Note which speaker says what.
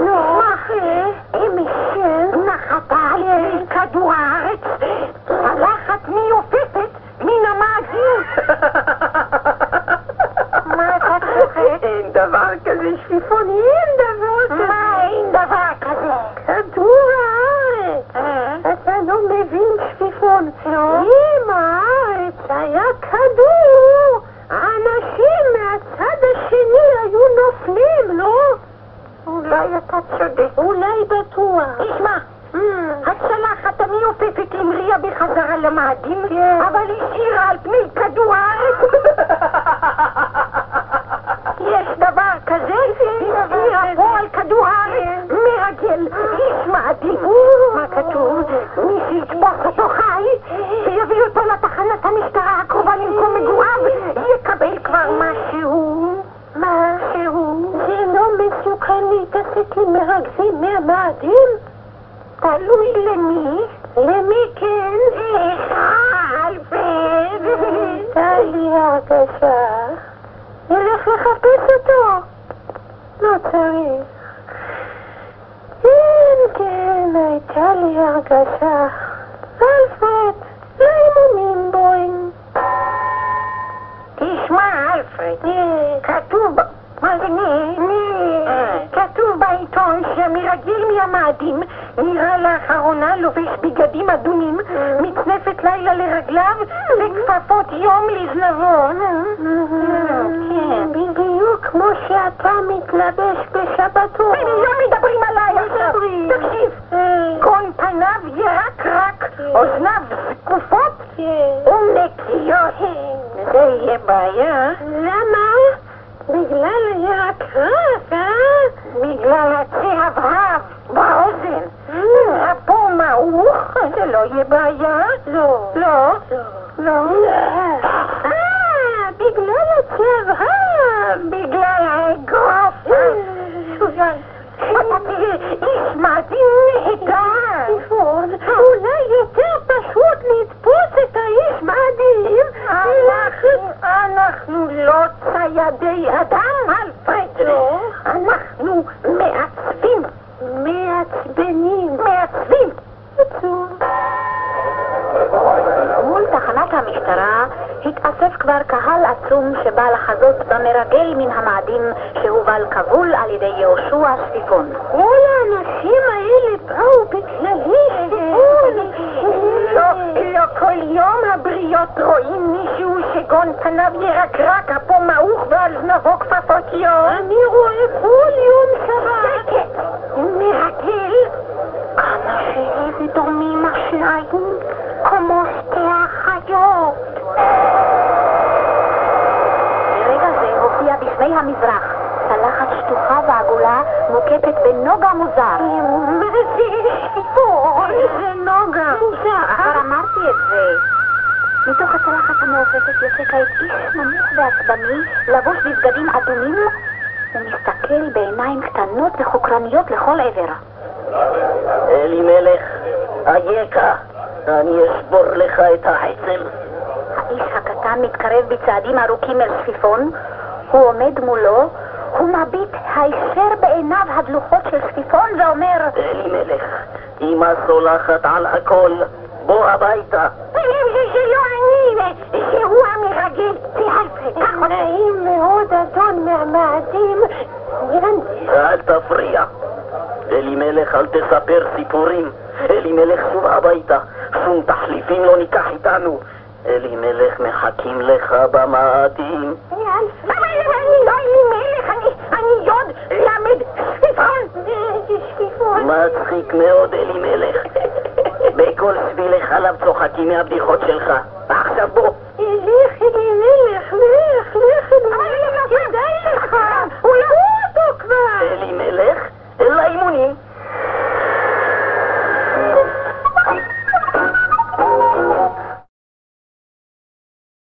Speaker 1: לא. מחה, מישל, נחתה על כדור הארץ, צלחת מיופפת מן המאדים. מה אתה צוחק?
Speaker 2: אין דבר כזה שפיפון, אין דבר כזה.
Speaker 1: מה, אין דבר כזה? אה?
Speaker 2: כדור הארץ. אתה לא מבין שפיפון.
Speaker 1: נו?
Speaker 2: אם הארץ היה כדור, האנשים מהצד השני היו נופלים, לא?
Speaker 1: אולי אתה צודק.
Speaker 2: אולי בטוח.
Speaker 1: תשמע, Mm. הצלחת המיופפת המריאה בחזרה למאדים,
Speaker 2: כן.
Speaker 1: אבל השאירה על פני כדור הארץ. יש דבר כזה? השאירה פה על כדור
Speaker 2: כן.
Speaker 1: הארץ מרגל, איש מאדים. מה כתוב? מי שיתפוס אותו חי ויביא אותו לתחנת המשטרה הקרובה למקום מגוריו, יקבל כבר משהו. משהו.
Speaker 2: זה לא מסוכן להתעסק עם מרכזים מהמאדים?
Speaker 1: תלוי למי.
Speaker 2: למי כן?
Speaker 1: איך אלפי.
Speaker 2: הייתה לי הרגשה. נלך לחפש אותו. לא צריך. כן, כן, הייתה לי הרגשה. אלפרד, לאימונים בוים.
Speaker 1: תשמע, אלפרד, כתוב, מה זה מי? מי? כתוב בעיתון שהמרגל מהמאדים נראה לאחרונה לובש בגדים אדומים, מצנפת לילה לרגליו וכפפות יום לזנבון. כן.
Speaker 2: בדיוק כמו שאתה מתלבש בשבתות.
Speaker 1: בני, לא כן. מדברים עליי עכשיו.
Speaker 2: מדברים.
Speaker 1: תקשיב, כל פניו ירק-רק, אוזניו זקופות
Speaker 2: כן.
Speaker 1: ונקיות. זה יהיה בעיה.
Speaker 2: למה? בגלל הירקרף, אה?
Speaker 1: בגלל הצהב רב באוזן. הפו מעוך, זה לא יהיה בעיה.
Speaker 2: לא.
Speaker 1: לא, לא.
Speaker 2: אה, בגלל הצהב רב.
Speaker 1: בגלל האגרוף.
Speaker 2: סוזן,
Speaker 1: אתה תראה, איש מדהים נהדר.
Speaker 2: טיפון, אולי יותר פשוט לתפוס את האיש מאדים
Speaker 1: אנחנו- אנחנו לא ציידי אדם, אלפרד.
Speaker 2: לא.
Speaker 1: אנחנו מעצבים,
Speaker 2: מעצבנים.
Speaker 1: מעצבים.
Speaker 2: עצוב.
Speaker 3: מול תחנת המשטרה התאסף כבר קהל עצום שבא לחזות במרגל מן המאדים שהובל כבול על ידי יהושע שפיפון.
Speaker 2: כל האנשים האלה באו בגללי טיפון.
Speaker 1: לא, לא כל יום הבריות רואים מישהו שגון פניו ירקרק, אפו מעוך ועל זנבו כפפות יום.
Speaker 2: אני רואה כל יום שבת.
Speaker 1: שקט! מרגל! כמה שהם דומים השניים, כמו שתי החיות.
Speaker 3: ברגע זה הופיע בפני המזרח צלחת שטוחה ועגולה מוקפת בנוגה מוזר.
Speaker 1: מה זה שיפור?
Speaker 2: זה נוגה.
Speaker 3: כבר אמרתי את זה. מתוך הצלחת המעופפת יוצא כעת איש נמוך ועצבני, לבוש בבגדים אדומים, ומסתכל בעיניים קטנות וחוקרניות לכל עבר.
Speaker 4: אלימלך, אייכה, אני אשבור לך את העצם.
Speaker 3: האיש הקטן מתקרב בצעדים ארוכים אל שפיפון, הוא עומד מולו, הוא מביט הישר בעיניו הדלוחות של שפיפון ואומר,
Speaker 4: אלימלך, אמא סולחת על הכל, בוא הביתה.
Speaker 1: שלא אני, שהוא המרגל. תראה, קח אותו.
Speaker 2: נעים מאוד אדון מהמאדים. הבנתי.
Speaker 4: אל תפריע. אלימלך, אל תספר סיפורים. אלימלך, שוב הביתה. שום תחליפים לא ניקח איתנו. אלימלך, מחכים לך במאדים.
Speaker 1: אבל אני לא אלימלך, אני- אני יוד למד שפיפון.
Speaker 4: מצחיק מאוד, אלימלך. בכל שבילי חלב צוחקים מהבדיחות שלך. עכשיו בוא,